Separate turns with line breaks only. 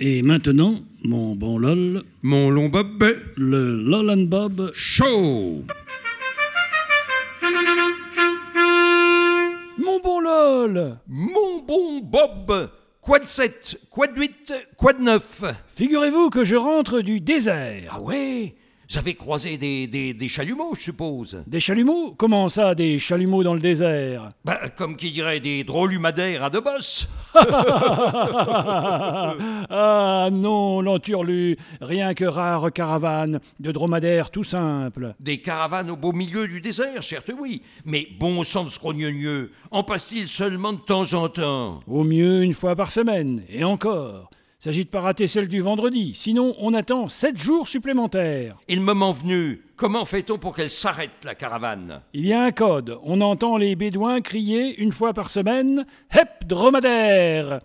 Et maintenant, mon bon LOL,
Mon long bob
le LOL and Bob.
chaud.
Mon bon LOL
Mon bon bob. Quad 7, quad 8, quad 9.
Figurez-vous que je rentre du désert.
Ah ouais Vous avez croisé des, des, des chalumeaux, je suppose.
Des chalumeaux Comment ça, des chalumeaux dans le désert
Bah, comme qui dirait des drôlumadaires à deux bosses.
Ah non, l'enturlu, rien que rare caravane de dromadaire tout simple.
Des caravanes au beau milieu du désert, certes oui. Mais bon sang de ce grognonieux, en passe-t-il seulement de temps en temps
Au mieux une fois par semaine, et encore. S'agit de pas rater celle du vendredi, sinon on attend sept jours supplémentaires.
Et le moment venu, comment fait-on pour qu'elle s'arrête, la caravane
Il y a un code, on entend les bédouins crier une fois par semaine Hep dromadaire